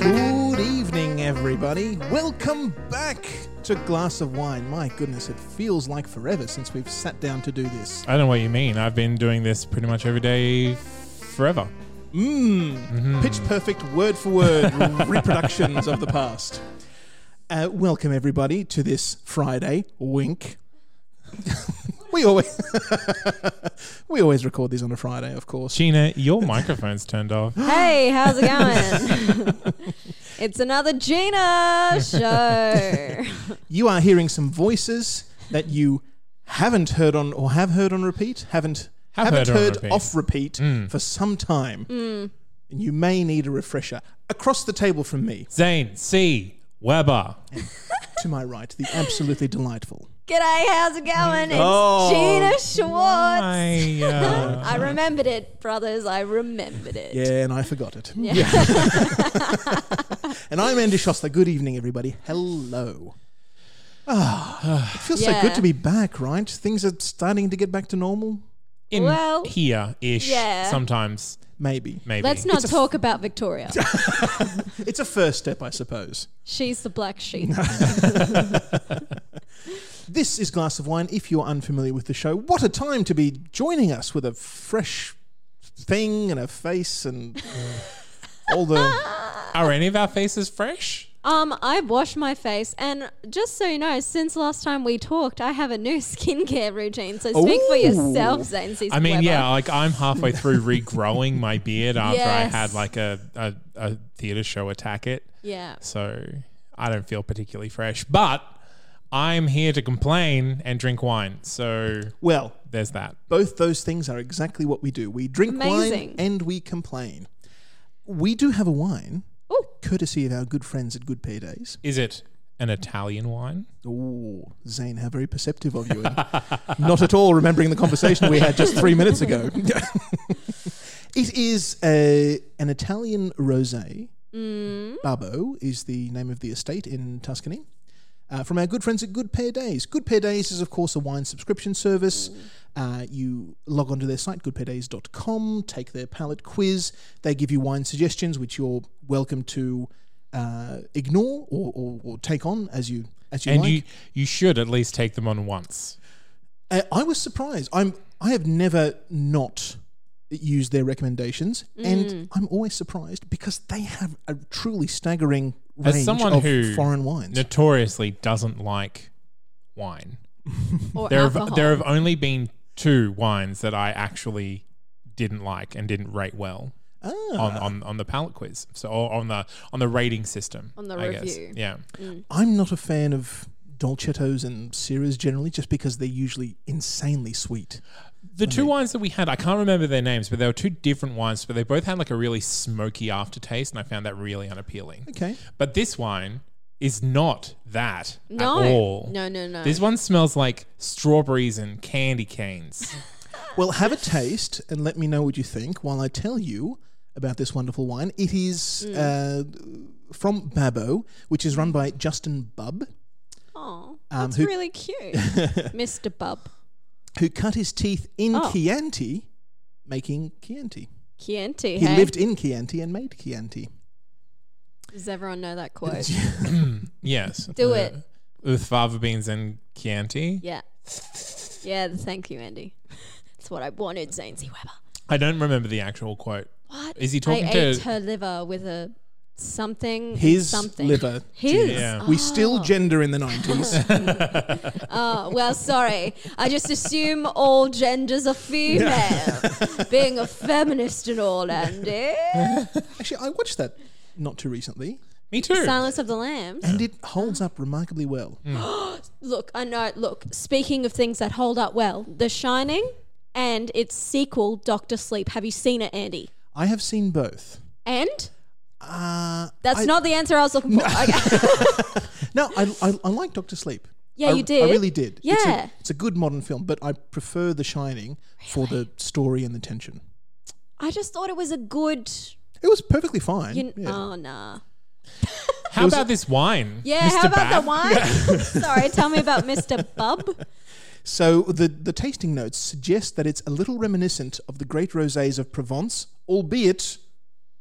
Good evening, everybody. Welcome back to Glass of Wine. My goodness, it feels like forever since we've sat down to do this. I don't know what you mean. I've been doing this pretty much every day forever. Pitch perfect, word for word reproductions of the past. Uh, welcome, everybody, to this Friday wink. we always we always record these on a Friday, of course. Gina, your microphone's turned off. Hey, how's it going? it's another Gina show. You are hearing some voices that you haven't heard on or have heard on repeat, haven't Have haven't heard on heard, repeat. Mm. off repeat for some time. And you may need a refresher. Across the table from me, Zane C. Weber. to my right, the absolutely delightful. G'day, how's it going? It's Oh, Gina Schwartz. I, uh, I remembered it, brothers. I remembered it. Yeah, and I forgot it. Yeah. and I'm Andy Shoster. Good evening, everybody. Hello. Ah, it feels so Yeah. good to be back, right? Things are starting to get back to normal. in Well, here ish. yeah. Sometimes, Maybe. maybe. Let's not talk about Victoria. It's a first step, I suppose. She's the black sheep. This is Glass of Wine. If you're unfamiliar with the show, what a time to be joining us with a fresh thing and a face and uh, all the. Are any of our faces fresh? Um, I wash my face, and just so you know, since last time we talked, I have a new skincare routine. So speak for Ooh. yourself, Zane. I mean, Weber. yeah, like I'm halfway through regrowing my beard after Yes. I had like a, a, a theater show attack it. yeah. So I don't feel particularly fresh, but I'm here to complain and drink wine. So Well, there's that. both those things are exactly what we do. We drink wine Amazing. and we complain. We do have a wine, Ooh. courtesy of our good friends at Good Pear Days. Is it an Italian wine? Ooh, Zane, how very perceptive of you. and Not at all remembering the conversation we had just three minutes ago. it is a, an Italian rosé. Babbo is the name of the estate in Tuscany. Uh, from our good friends at Good Pair Days. Good Pair Days is, of course, a wine subscription service. Uh, you log onto their site, goodpairdays.com, take their palate quiz. They give you wine suggestions, which you're welcome to uh, ignore or, or, or take on as you as you and like. you you should at least take them on once. I, I was surprised. I'm I have never not used their recommendations, and I'm always surprised because they have a truly staggering As range someone of who foreign wines. Notoriously doesn't like wine. Or There alcohol. have, there have only been two wines that I actually didn't like and didn't rate well Ah. Uh-huh. on, on, on the palate quiz. So or on the on the rating system. On the I guess. review. Yeah. I'm not a fan of dolcettos and Syrahs generally, just because they're usually insanely sweet. The two wines that we had, I can't remember their names, but they were two different wines, but they both had like a really smoky aftertaste, and I found that really unappealing. Okay. But this wine is not that No. at all. No, no, no. This one smells like strawberries and candy canes. Well, have a taste and let me know what you think while I tell you about this wonderful wine. It is uh, from Babbo, which is run by Justin Bubb. Oh, Um, that's who- really cute, Mr. Bub. who cut his teeth in Oh. Chianti, making Chianti. Chianti. He hey? lived in Chianti and made Chianti. Does everyone know that quote? yes. Do it. With fava beans and Chianti. Yeah. Yeah, thank you, Andy. That's what I wanted, Zane C. Weber. I don't remember the actual quote. What? Is he talking I to- ate her liver with a something. His something. liver. His. Yeah. We Ah. still gender in the 90s. Oh, well, sorry. I just assume all genders are female. Being a feminist and all, Andy. Actually, I watched that not too recently, Me too. Silence of the Lambs. and it holds up remarkably well. Look, I know. Look, speaking of things that hold up well, The Shining and its sequel, Doctor Sleep. Have you seen it, Andy? I have seen both. And Uh, that's I- not the answer I was looking for. Okay. No, I, I, I like Doctor Sleep. Yeah, I, you did. I really did. It's a- Yeah. It's a, good modern film, but I prefer The Shining for the story and the tension. I just thought it was a good. It was perfectly fine. You yeah. Oh nah. How about this wine? Yeah. How about Bab? the wine? Sorry, tell me about Mr. Bub. So the, the tasting notes suggest that it's a little reminiscent of the great rosés of Provence, albeit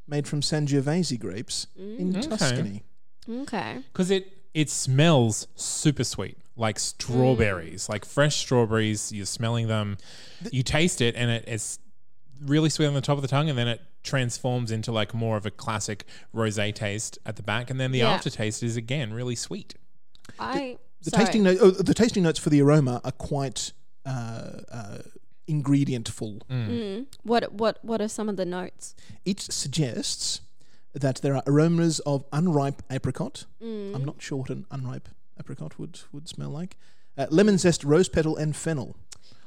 made from Sangiovese grapes in Tuscany. Okay. because it it smells super sweet like strawberries like fresh strawberries you're smelling them you taste it and it, it's really sweet on the top of the tongue and then it transforms into like more of a classic rosé taste at the back and then the Yeah. aftertaste is again really sweet I. The sorry. tasting note, oh, the tasting notes for the aroma are quite uh, uh, ingredientful. What what what are some of the notes? It suggests that there are aromas of unripe apricot. I'm not sure what an unripe apricot would, would smell like. Uh, lemon zest, rose petal, and fennel.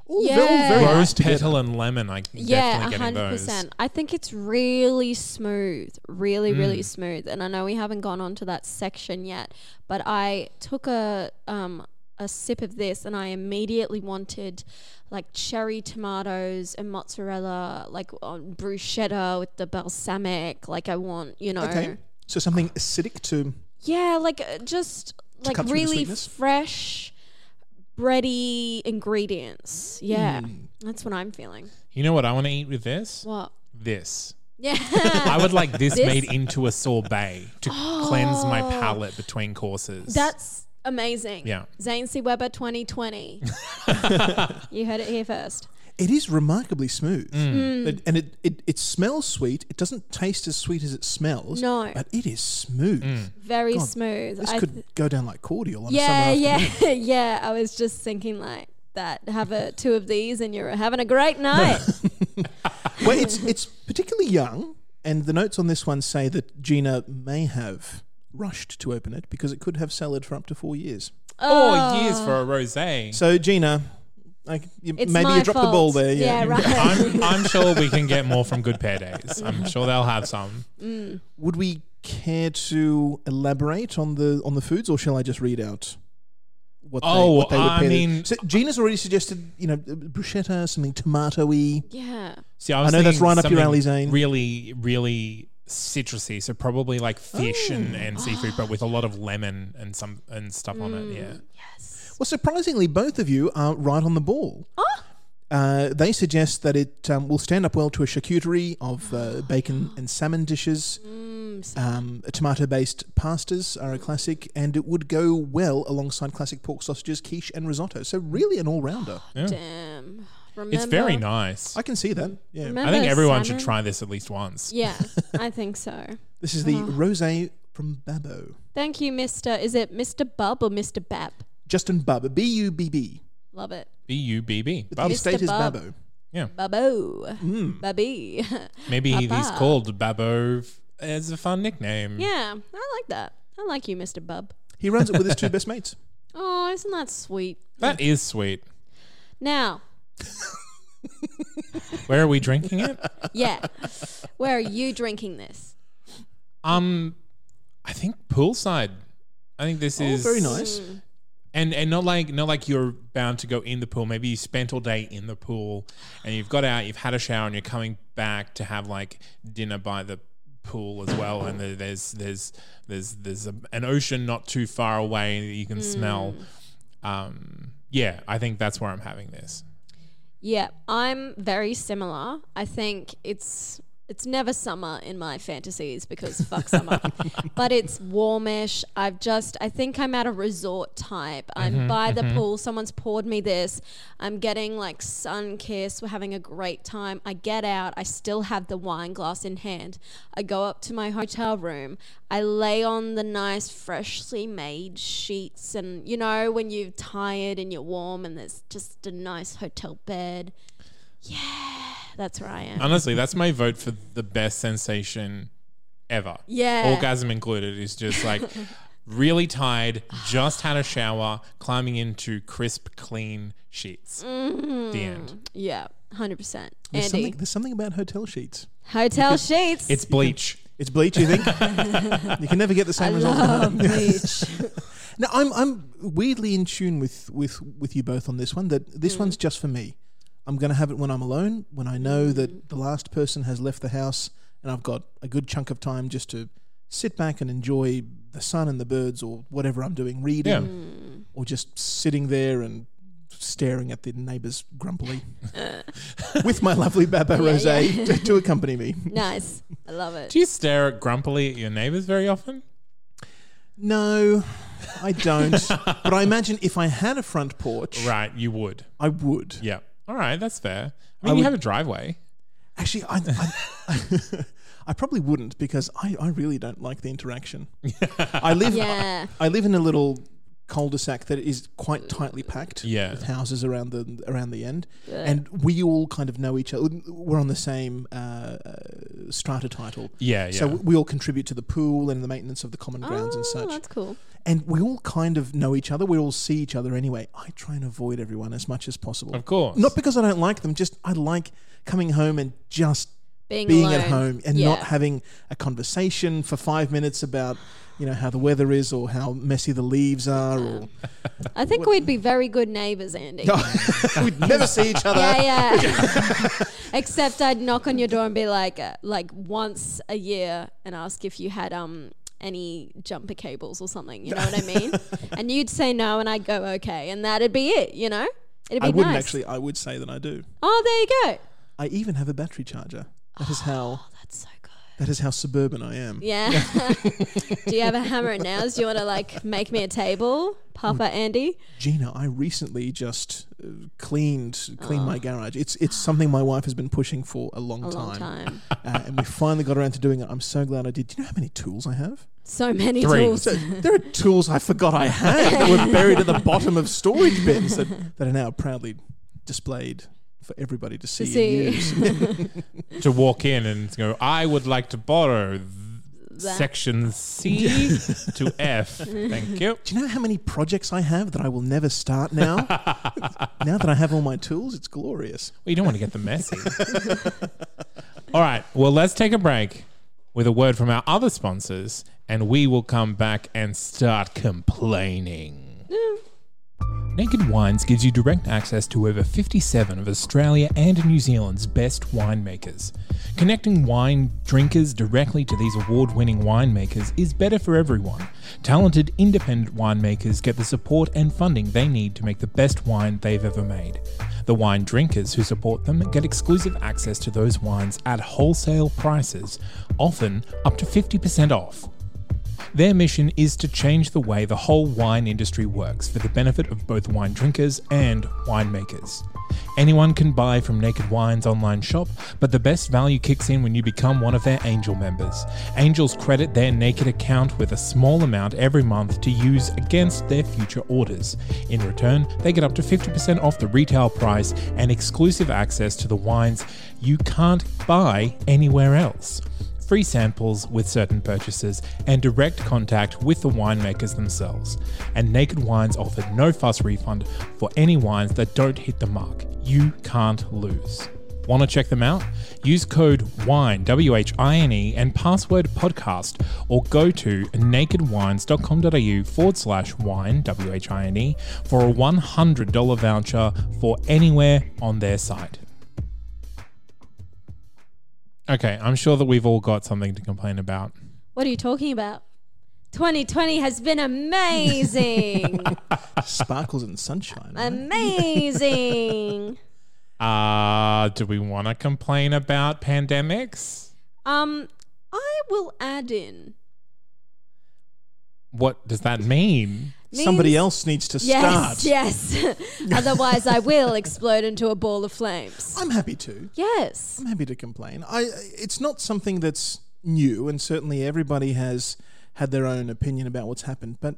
All very- Yeah. very nice rose together. petal and lemon i Yeah, definitely getting hundred those percent. I think it's really smooth, really, really smooth. And I know we haven't gone on to that section yet, but I took a um a sip of this, and I immediately wanted like cherry tomatoes and mozzarella, like on bruschetta with the balsamic. Like I want, you know, Okay. So something acidic to yeah, like uh, just like cut through the really sweetness? fresh, bready ingredients. Yeah, that's what I'm feeling. you know what i want to eat with this What? this Yeah. I would like this, This- Oh. made into a sorbet to cleanse my palate between courses. That's amazing. Yeah. Zane C. Weber 2020. you heard it here first. It is remarkably smooth. Mm. But- and it, it, it smells sweet. It doesn't taste as sweet as it smells. No. But it is smooth. Very God, smooth. This I could th- go down like cordial on yeah, a summer afternoon. yeah, yeah. I was just thinking like that. Have a two of these and you're having a great night. Well, it's, it's particularly young. And the notes on this one say that Gina may have rushed to open it because it could have salad for up to four years. four uh, years for a rosé. So, Gina, like, you, It's maybe my you dropped the ball fault. there. Yeah, right. I'm, I'm sure we can get more from Good Pair Days. I'm sure they'll have some. Would we care to elaborate on the on the foods, or shall I just read out? What Oh, would I pair the- mean- so Gina's already suggested you know bruschetta, something tomatoey. yeah. See, I, was I know that's thinking right up your something alley, Zane. Really, really citrusy. So probably like fish Oh. and, and seafood, but with a lot of lemon and some and stuff on it. Yeah. Mm. Well, surprisingly, both of you are right on the ball. Uh, they suggest that it um, will stand up well to a charcuterie of uh, bacon and salmon dishes. Um, tomato based pastas are a classic, and it would go well alongside classic pork sausages, quiche, and risotto. So, really, an all rounder. Damn. Remember, It's very nice. I can see that. Yeah. I remember think everyone salmon? should try this at least once. Yeah, I think so. This is the Uh-huh. rosé from Babbo. Thank you, Mr. Is it Mr. Bub or Mr. Bab? Justin Bubb, B U B B. Love it. B U B B. The estate is Bubb. Babbo. Yeah. Babo. Hmm. Babby. Maybe he's Baba. called Babbo as a fun nickname. yeah, I like that. I like you, Mr. Bub. He runs it with his two best mates. Oh, isn't that sweet? That is sweet. Now, Where are we drinking it? yeah, where are you drinking this? Um, I think poolside. I think this Oh, is very nice. and and not like not like you're bound to go in the pool. Maybe you spent all day in the pool, and you've got out, you've had a shower, and you're coming back to have like dinner by the pool as well. And there- there's there's there's there's a, an ocean not too far away that you can smell. Um, yeah, I think that's where I'm having this. Yeah, I'm very similar. I think it's It's never summer in my fantasies because fuck summer. but it's warmish. I've just, I think I'm at a resort type. I'm by the pool. Someone's poured me this. I'm getting like sun kiss. We're having a great time. I get out. I still have the wine glass in hand. I go up to my hotel room. I lay on the nice, freshly made sheets. And you know, when you're tired and you're warm and there's just a nice hotel bed. Yeah, that's where I am. Honestly, that's my vote for the best sensation ever. Yeah. Orgasm included is just like really tired, just had a shower, climbing into crisp, clean sheets. The end. Yeah, hundred percent. There's Andy, something, there's something about hotel sheets. hotel sheets. It's bleach. It's bleach, you think? you can never get the I same result. love beach. No, I'm I'm weirdly in tune with with with you both on this one. That this one's just for me. I'm going to have it when I'm alone, when I know that the last person has left the house, and I've got a good chunk of time just to sit back and enjoy the sun and the birds, or whatever I'm doing, reading, Yeah. or just sitting there and staring at the neighbours grumpily, with my lovely Baba Rosé To, to accompany me. nice. I love it. Do you stare at grumpily at your neighbors very often? No, I don't. but I imagine if I had a front porch, Right, you would. I would. Yeah. All right, that's fair. I mean, you would- have a driveway. Actually, I, I, I probably wouldn't because I, I really don't like the interaction. I live Yeah. I live in a little cul-de-sac that is quite tightly packed Yeah. with houses around the around the end, and we all kind of know each other. We're on the same uh, strata title, Yeah, So yeah. we all contribute to the pool and the maintenance of the common grounds and Oh, such. that's cool. And we all kind of know each other. We all see each other anyway. I try and avoid everyone as much as possible. Of course. Not because I don't like them, just I like coming home and just Being being, at alone. home and not Yeah. having a conversation for five minutes about, you know, how the weather is or how messy the leaves are or I think we'd be very good neighbors, Andy. we'd never see each other. Yeah, yeah. Except I'd knock on your door and be like, uh, like once a year, and ask if you had um any jumper cables or something. You know what I mean? and you'd say no, and I'd go okay, and that'd be it. You know, it'd be I wouldn't nice. actually I would say that I do. Oh, there you go. I even have a battery charger. That Oh, is how That's so good. that is how suburban I am. Yeah. Do you have a hammer and nails? Do you want to like make me a table, Papa Hmm. Andy? Gina, I recently just uh, cleaned cleaned my garage. It's it's something my wife has been pushing for a long Ah. A time, long time. Uh, and we finally got around to doing it. I'm so glad I did. Do you know how many tools I have? So many Three. tools. So there are tools I forgot I had that were buried at the bottom of storage bins that, that are now proudly displayed for everybody to see. see. And use. to walk in and go, I would like to borrow th- section C to F. Thank you. Do you know how many projects I have that I will never start now? now that I have all my tools, it's glorious. Well, you don't want to get them messy. All right. Well, let's take a break with a word from our other sponsors, and we will come back and start complaining. Naked Wines gives you direct access to over 57 of Australia and New Zealand's best winemakers. Connecting wine drinkers directly to these award winning winemakers is better for everyone. Talented independent winemakers get the support and funding they need to make the best wine they've ever made. The wine drinkers who support them get exclusive access to those wines at wholesale prices, often up to 50% off. Their mission is to change the way the whole wine industry works for the benefit of both wine drinkers and winemakers. Anyone can buy from Naked Wine's online shop, but the best value kicks in when you become one of their Angel members. Angels credit their Naked account with a small amount every month to use against their future orders. In return, they get up to 50% off the retail price and exclusive access to the wines you can't buy anywhere else free samples with certain purchases, and direct contact with the winemakers themselves. And Naked Wines offered no fuss refund for any wines that don't hit the mark. You can't lose. Want to check them out? Use code WINE, W H I N E, and password podcast, or go to nakedwines.com.au forward slash wine, W H I N E, for a $100 voucher for anywhere on their site. Okay, I'm sure that we've all got something to complain about. What are you talking about? 2020 has been amazing. Sparkles and sunshine. right? amazing. Uh, do we want to complain about pandemics? Um, I will add in. What does that mean? Somebody Means- else needs to Yes, start. yes. Otherwise, I will explode into a ball of flames. I'm happy to. Yes. I'm happy to complain. I it's not something that's new, and certainly everybody has had their own opinion about what's happened. But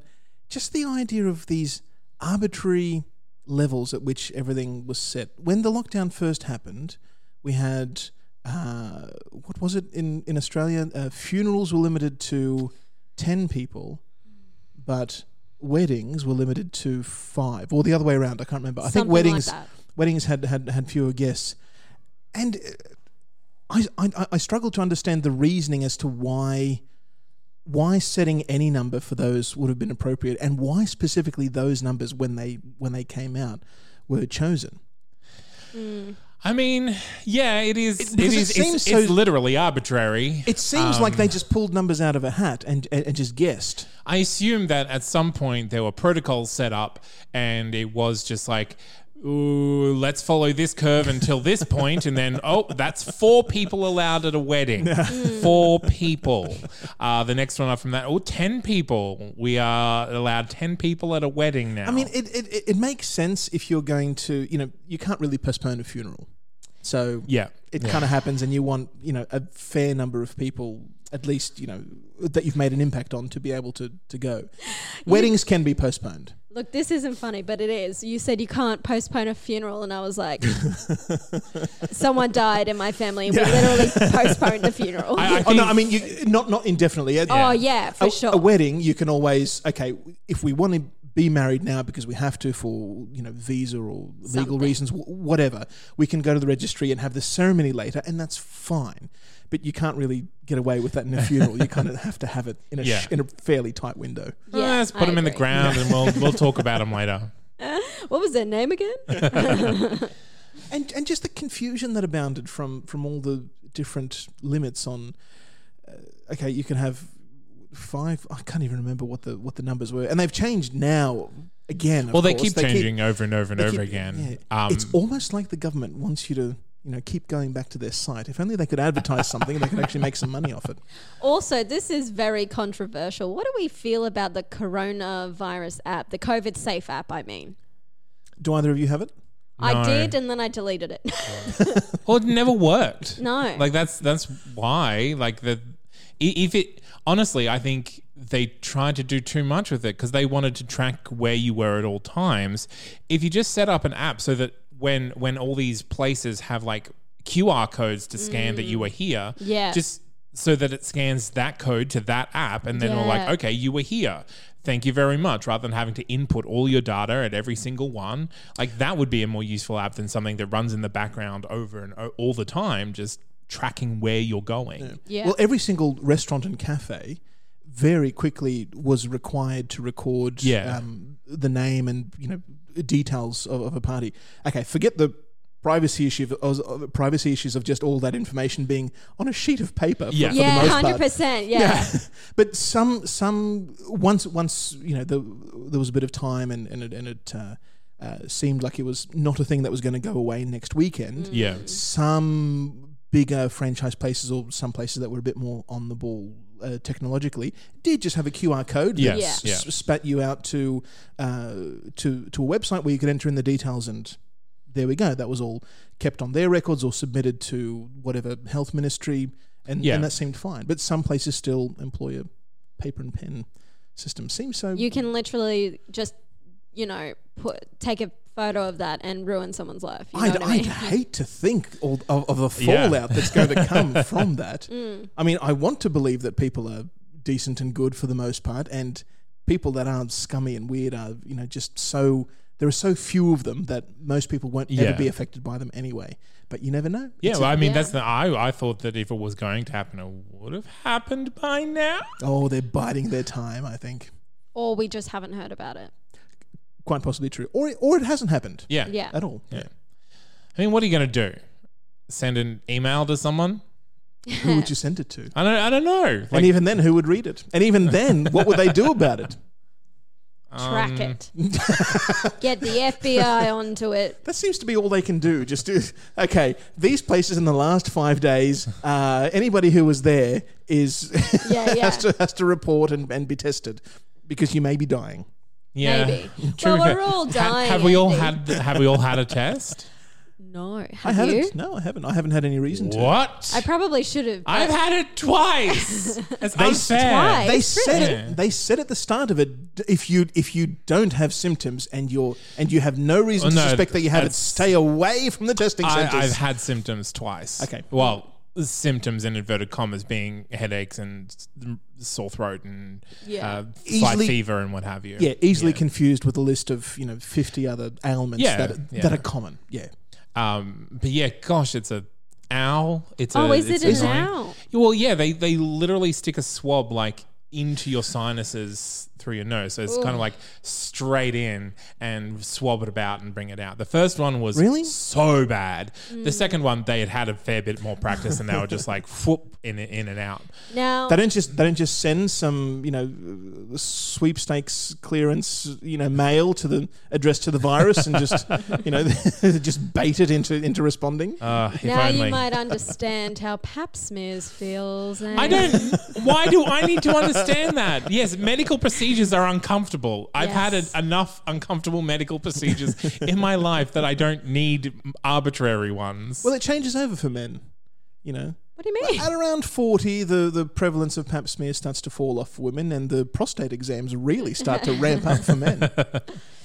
just the idea of these arbitrary levels at which everything was set. When the lockdown first happened, we had uh, what was it in in Australia? Uh, funerals were limited to ten people, but weddings were limited to five, or the other way around. I can't remember. I Something think like weddings that. weddings had had had fewer guests, and uh, I I, I struggle to understand the reasoning as to why why setting any number for those would have been appropriate, and why specifically those numbers when they when they came out were chosen. I mean, yeah, it is. It, because it it is. it's, seems it's so- literally arbitrary. It seems like they just pulled numbers out of a hat and and, and just guessed. I assume that at some point there were protocols set up, and it was just like, ooh, let's follow this curve until this point, and then oh, that's four people allowed at a wedding. four people. Uh, the next one up from that, oh, ten people. We are allowed ten people at a wedding now. I mean, it, it it- it makes sense if you're going to you know you can't really postpone a funeral, so yeah, it yeah. kind of happens, and you want you know a fair number of people, at least you know that you've made an impact on, to be able to to go. Weddings can be postponed. Look, this isn't funny, but it is. You said you can't postpone a funeral, and I was like, someone died in my family, and we literally postponed the funeral. I- I Oh no, think- I mean you, not not indefinitely. A- oh, yeah, for a, sure. a wedding you can always okay if we want to be married now because we have to for you know visa or legal Something. reasons, wh- whatever. We can go to the registry and have the ceremony later, and that's fine. But you can't really get away with that in a funeral. you kind of have to have it in a Yeah. sh- in a fairly tight window. Eh, Yeah, let's put I them in the agree. ground, and we'll we'll talk about them later. What was their name again? and and just the confusion that abounded from from all the different limits on uh, okay you can have five i can't even remember what the what the numbers were and they've changed now again of Well, they course. keep changing over and over and they over keep- again. yeah. Um, it's almost like the government wants you to you know keep going back to their site if only they could advertise something they could actually make some money off it Also, this is very controversial. What do we feel about the coronavirus app, the COVID safe app, I mean? do either of you have it I No. did, and then I deleted it. Well, it never worked. No. Like that's that's why. Like the i- if it honestly, I think they tried to do too much with it because they wanted to track where you were at all times. If you just set up an app so that when when all these places have like QR codes to scan that you were here, Mm. Yeah. just so that it scans that code to that app, and then we're like, Yeah. okay, you were here. Thank you very much. Rather than having to input all your data at every single one, like that would be a more useful app than something that runs in the background over and o- all the time, just tracking where you're going. Yeah. well every single restaurant and cafe very quickly was required to record Yeah. um, the name and you know details of, of a party okay forget the privacy issue of, of- of- privacy issues of just all that information being on a sheet of paper for- Yeah. for, yeah, the most hundred part percent. Yeah, but some some once once you know the, there was a bit of time and and it, and it uh, uh, seemed like it was not a thing that was going to go away next Mm. weekend. Yeah. Some bigger franchise places or some places that were a bit more on the ball uh, technologically did just have a QR code. that Yes, Yeah. yeah. s- Spat you out to uh, to to a website where you could enter in the details and. There we go. That was all kept on their records or submitted to whatever health ministry, and, Yeah. and that seemed fine. But some places still employ a paper and pen system. Seems so. you can literally just, you know, put take a photo of that and ruin someone's life. You know I'd, what I I'd mean? hate to think all, of, of the Yeah. fallout that's going to come from that. Mm. I mean, I want to believe that people are decent and good for the most part, and people that aren't scummy and weird are, you know, just so. There are so few of them that most people won't Yeah. ever be affected by them anyway. But you never know. Yeah, It's a- well, I mean, Yeah. that's the. I, I thought that if it was going to happen, it would have happened by now. oh, they're biding their time. I think Or we just haven't heard about it. quite possibly true, or or it hasn't happened Yeah. Yeah. at all. Yeah. I mean, what are you going to do? Send an email to someone? Who would you send it to? I don't, I don't know. Like, and even then, who would read it? And even then, what would they do about it? Um. Track it. Get the FBI onto it. That seems to be all they can do. Just do, okay. These places in the last five days, uh, anybody who was there is Yeah, yeah. has to has to report and, and be tested because you may be dying. Yeah. Maybe. True Well, fact. we're all Ha- dying, Have we all had? Andy. Have we all had a test? No. I Have haven't. you? No, I haven't. I haven't had any reason to. what? I probably should have. I've had it twice. It's unfair. Twice? They said Yeah. it. They said at the start of it, if you if you don't have symptoms and you're and you have no reason Oh, to no, suspect that you have it, that's- stay away from the testing I, centres. I've had symptoms twice. Okay. Well, symptoms in inverted commas being headaches and s- sore throat and Yeah. uh, slight Easily- fever and what have you. yeah, easily confused with a list of you know fifty other ailments Yeah, that yeah. that are common. Yeah, Um, but yeah, gosh, it's a owl. It's Oh, a, is it it's an annoying. owl? Well, yeah, they they literally stick a swab like into your sinuses through your nose, so it's kind of like straight in and swab it about and bring it out. The first one was Really? so bad. Hmm. The second one they had had a fair bit more practice, and they were just like whoop in in and out. now. they don't just they don't just send some you know sweepstakes clearance you know mail to the address to the virus and just you know just bait it into into responding. Uh, if now only. you might understand how pap smears feels. And I don't. Why do I need to understand that? Yes, medical procedures are uncomfortable. I've had Yes. a, enough uncomfortable medical procedures in my life that I don't need arbitrary ones. well, it changes over for men. You know, What do you mean? At around 40, the, the prevalence of pap smear starts to fall off for women, and the prostate exams really start to ramp up for men.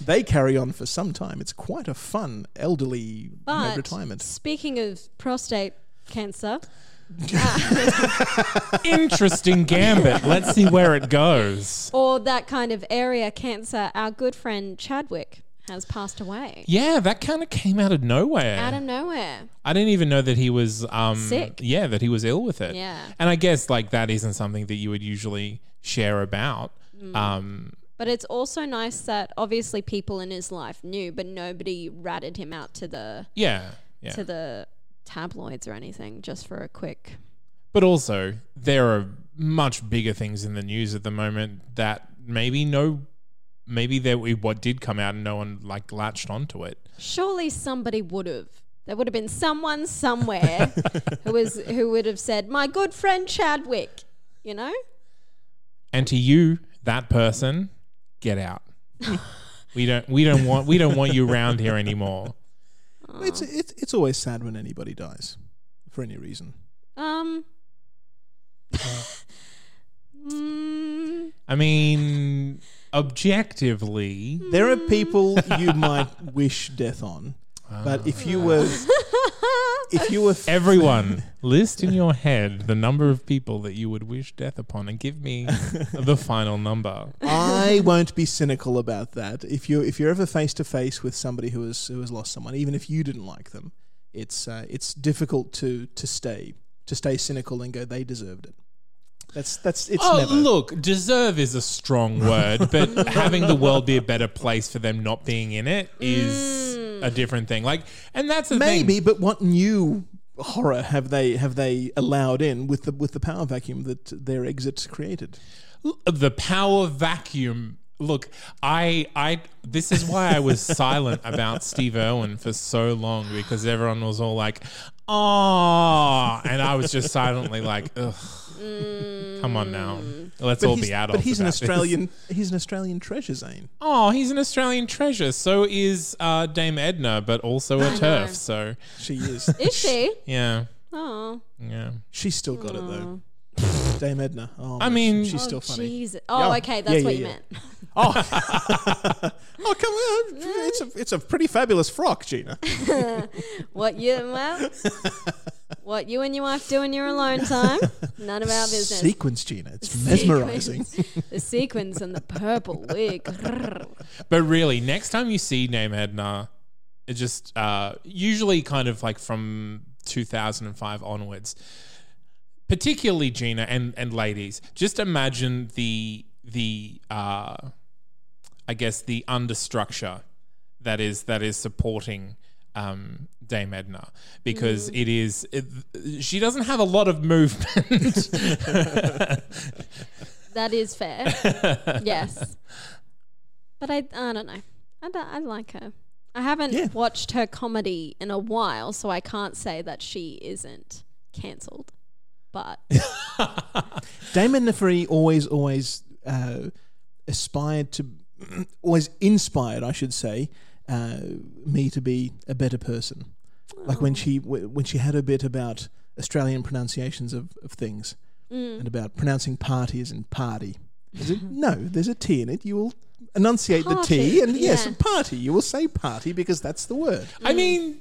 They carry on for some time. It's quite a fun elderly you know, But retirement. speaking of prostate cancer, Interesting gambit. Let's see where it goes. or that kind of area cancer, our good friend Chadwick has passed away Yeah, that kind of came out of nowhere. out of nowhere. I didn't even know that he was um, Sick. Yeah, that he was ill with it. Yeah. and I guess like that isn't something that you would usually share about. Mm. Um, But it's also nice that obviously people in his life knew, but nobody ratted him out to the yeah, yeah. to the tabloids or anything. Just for a quick, But also, there are much bigger things in the news at the moment that maybe no, maybe there what did come out and no one like latched onto it. surely somebody would have. There would have been someone somewhere who was who would have said, "My good friend Chadwick," you know. And to you, that person, get out. we don't. We don't want. We don't want you around here anymore. It's, it's, it's always sad when anybody dies for any reason. Um. Mm, I mean, objectively, There are people you might wish death on, but if you were. If you were Ah. everyone list in your head the number of people that you would wish death upon, and give me the final number. I won't be cynical about that. If you if you're ever face to face with somebody who has who has lost someone, even if you didn't like them, it's uh, it's difficult to to stay to stay cynical and go they deserved it. That's that's it's oh, never. look, deserve is a strong word, but having the world be a better place for them not being in it is a different thing. Like, and that's the Mm. Maybe, thing. but what new horror have they have they allowed in with the with the power vacuum that their exits created? the power vacuum. Look, I, I, this is why I was silent about Steve Irwin for so long because everyone was all like, "Oh," and I was just silently like, "Ugh, come on now, let's all he's, be adults." Mm. but he's an about this." Australian. He's an Australian treasure, Zane. Oh, he's an Australian treasure. So is uh, Dame Edna, but also a turf. So She is. is she? yeah. Oh, Yeah. She's still got it though. Dame Edna. Oh, I mean- she's Oh, still funny. Jesus. Oh, Yeah. okay, that's Yeah, what yeah, you yeah. meant. Oh, oh come on! It's a it's a pretty fabulous frock, Gina. What you well, what you and your wife do in your alone time? None of our business. Sequence, Gina. It's mesmerizing. Sequins. the sequins and the purple wig. Grrr. But really, next time you see Name Edna, it just uh, usually kind of like from 2005 onwards, particularly Gina and, and ladies, just imagine the, the uh, I guess, the understructure that is, that is supporting. Um, Dame Edna, because it is it, she doesn't have a lot of movement. that is fair. yes. But I, I don't know. I, don't- I like her. I haven't Yeah. watched her comedy in a while, so I can't say that she isn't cancelled. But Damon Nefri always, always uh, aspired to, always inspired, I should say, uh, me to be a better person. Like when Oh. she wh- when she had a bit about Australian pronunciations of, of things Mm. and about pronouncing party as in party. Is it, no, there's a T in it. You will enunciate the T, Party, and yes, yeah. party. You will say party because that's the word. I mean,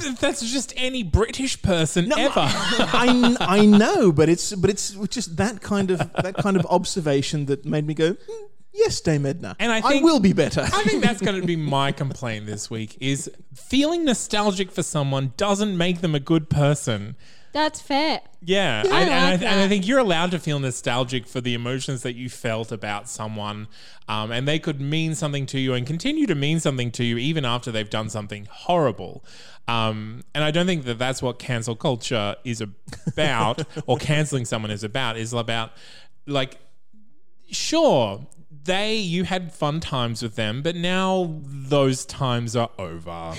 th- that's just any British person ever. I, kn- I know, but it's but it's just that kind of that kind of observation that made me go, "Mm, yes, Dame Edna, And I think- will be better. I think that's going to be my complaint this week is feeling nostalgic for someone doesn't make them a good person. that's fair. Yeah, and, I and, I like th- and I that. think you're allowed to feel nostalgic for the emotions that you felt about someone, um, and they could mean something to you and continue to mean something to you even after they've done something horrible. Um, and I don't think that that's what cancel culture is about, or canceling someone is about. Is about like sure they you had fun times with them but now those times are over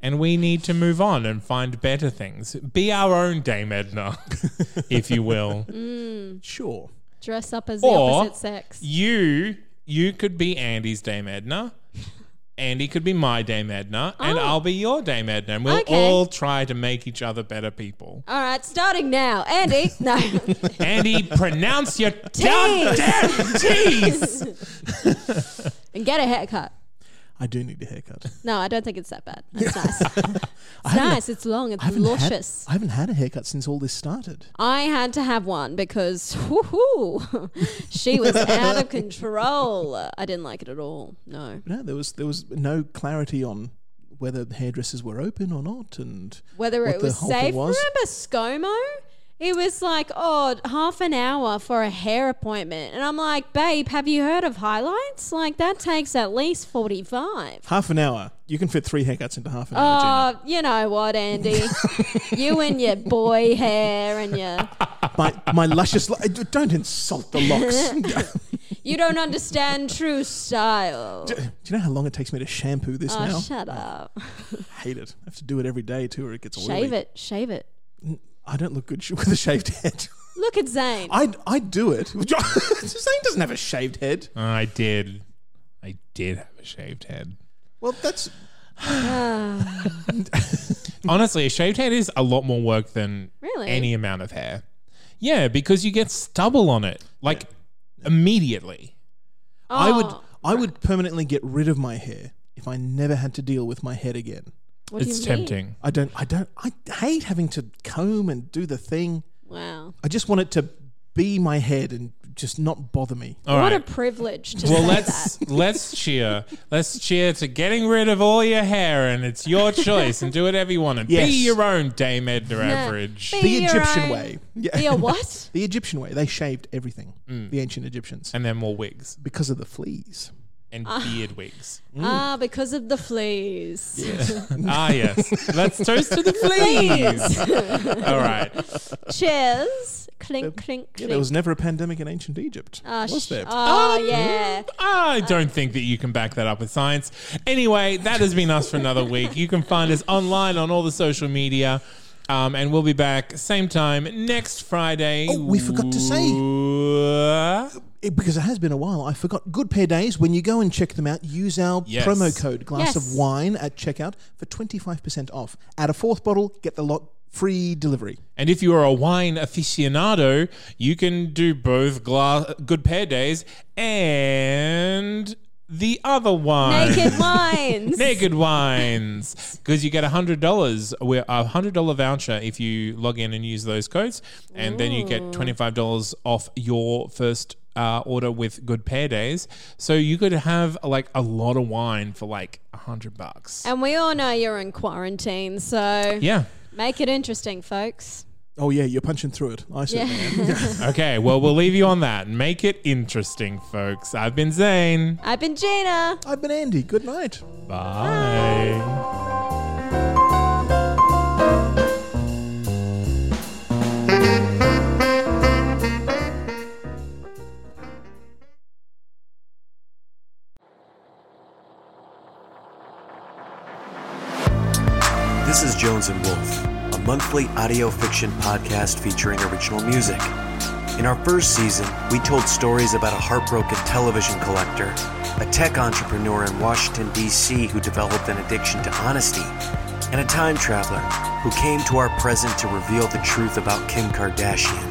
and we need to move on and find better things be our own dame edna if you will sure, Dress up as the or opposite sex. you you could be andy's dame edna andy could be my dame edna and Oh. i'll be your dame edna and we'll Okay. all try to make each other better people All right, starting now. Andy, no. andy pronounce your goddamn t's and get a haircut. I do need a haircut. No, I don't think it's that bad. It's nice. It's nice. It's long. It's I haven't had, luscious. I haven't had a haircut since all this started. I had to have one because whoo-hoo, she was out of control. I didn't like it at all. No. No, there was there was no clarity on whether hairdressers were open or not, and Whether what it the was whole thing safe. was. Remember ScoMo? It was like, oh, half an hour for a hair appointment. And I'm like, babe, have you heard of highlights? Like, that takes at least 45. Half an hour. You can fit three haircuts into half an hour. Oh, you know what, Andy? you and your boy hair and your. Gina. My my luscious. Lo- don't insult the locks. You don't understand true style. do you know how long it takes me to shampoo this Oh, now? shut up. I hate it. I have to do it every day too, or it gets oily. Shave it. Shave it. I don't look good sh- with a shaved head. Look at Zane. I I do it. Zane doesn't have a shaved head. I did. I did have a shaved head. Well, that's Honestly, a shaved head is a lot more work than Really? any amount of hair. Yeah, because you get stubble on it like immediately. I would Oh, I would permanently get rid of my hair if I never had to deal with my head again. What do it's you tempting. I don't I don't I hate having to comb and do the thing. mean? Wow. I just want it to be my head and just not bother me. All right. what a privilege to well, say let's that. let's cheer. Let's cheer to getting rid of all your hair, and it's your choice, and do whatever you want, and Yes. be your own Dame Edna average. Be The your Egyptian own- way. Yeah. Be a what? The Egyptian way. They shaved everything. The ancient Egyptians And then more wigs because of the fleas. and beard wigs. Mm. Ah, because of the fleas. ah, yes. Let's toast to the fleas. all right. Cheers. Clink, clink, Yeah, clink. there was never a pandemic in ancient Egypt. Ah, was sh- there? Oh, yeah. I don't think that you can back that up with science. Anyway, that has been us for another week. You can find us online on all the social media. Um, and we'll be back same time next Friday. Oh, we forgot to say. say. It- because it has been a while. I forgot. Good Pair Days. When you go and check them out, use our Yes. promo code Glass Yes. of Wine at checkout for twenty five percent off. Add a fourth bottle, get the lot free delivery. And if you are a wine aficionado, you can do both gla- Good Pair Days and the other one. Mm. Naked wines. Naked wines, because you get a hundred dollars, a hundred dollar voucher if you log in and use those codes, and then you get twenty five dollars off your first uh, order with Good Pair Days. So you could have like a lot of wine for like a hundred bucks. And we all know you're in quarantine, so Yeah. make it interesting, folks. Oh yeah, you're punching through it. I certainly am. Okay. Well, we'll leave you on that. Make it interesting, folks. I've been Zane. I've been Gina. I've been Andy. Good night. Bye. Townsend Wolf, a monthly audio fiction podcast featuring original music. In our first season, we told stories about a heartbroken television collector, a tech entrepreneur in Washington, D.C., who developed an addiction to honesty, and a time traveler who came to our present to reveal the truth about Kim Kardashian.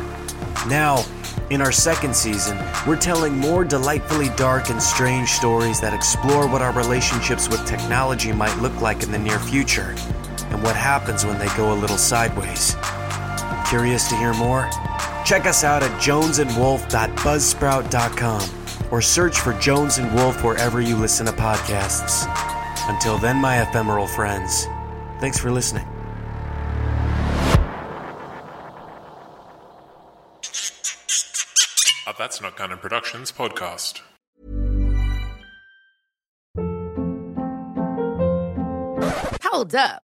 Now, in our second season, we're telling more delightfully dark and strange stories that explore what our relationships with technology might look like in the near future and what happens when they go a little sideways. Curious to hear more? Check us out at jonesandwolf.buzzsprout.com or search for Jones and Wolf wherever you listen to podcasts. Until then, my ephemeral friends, thanks for listening. A That's Not Canon Productions podcast. Hold up.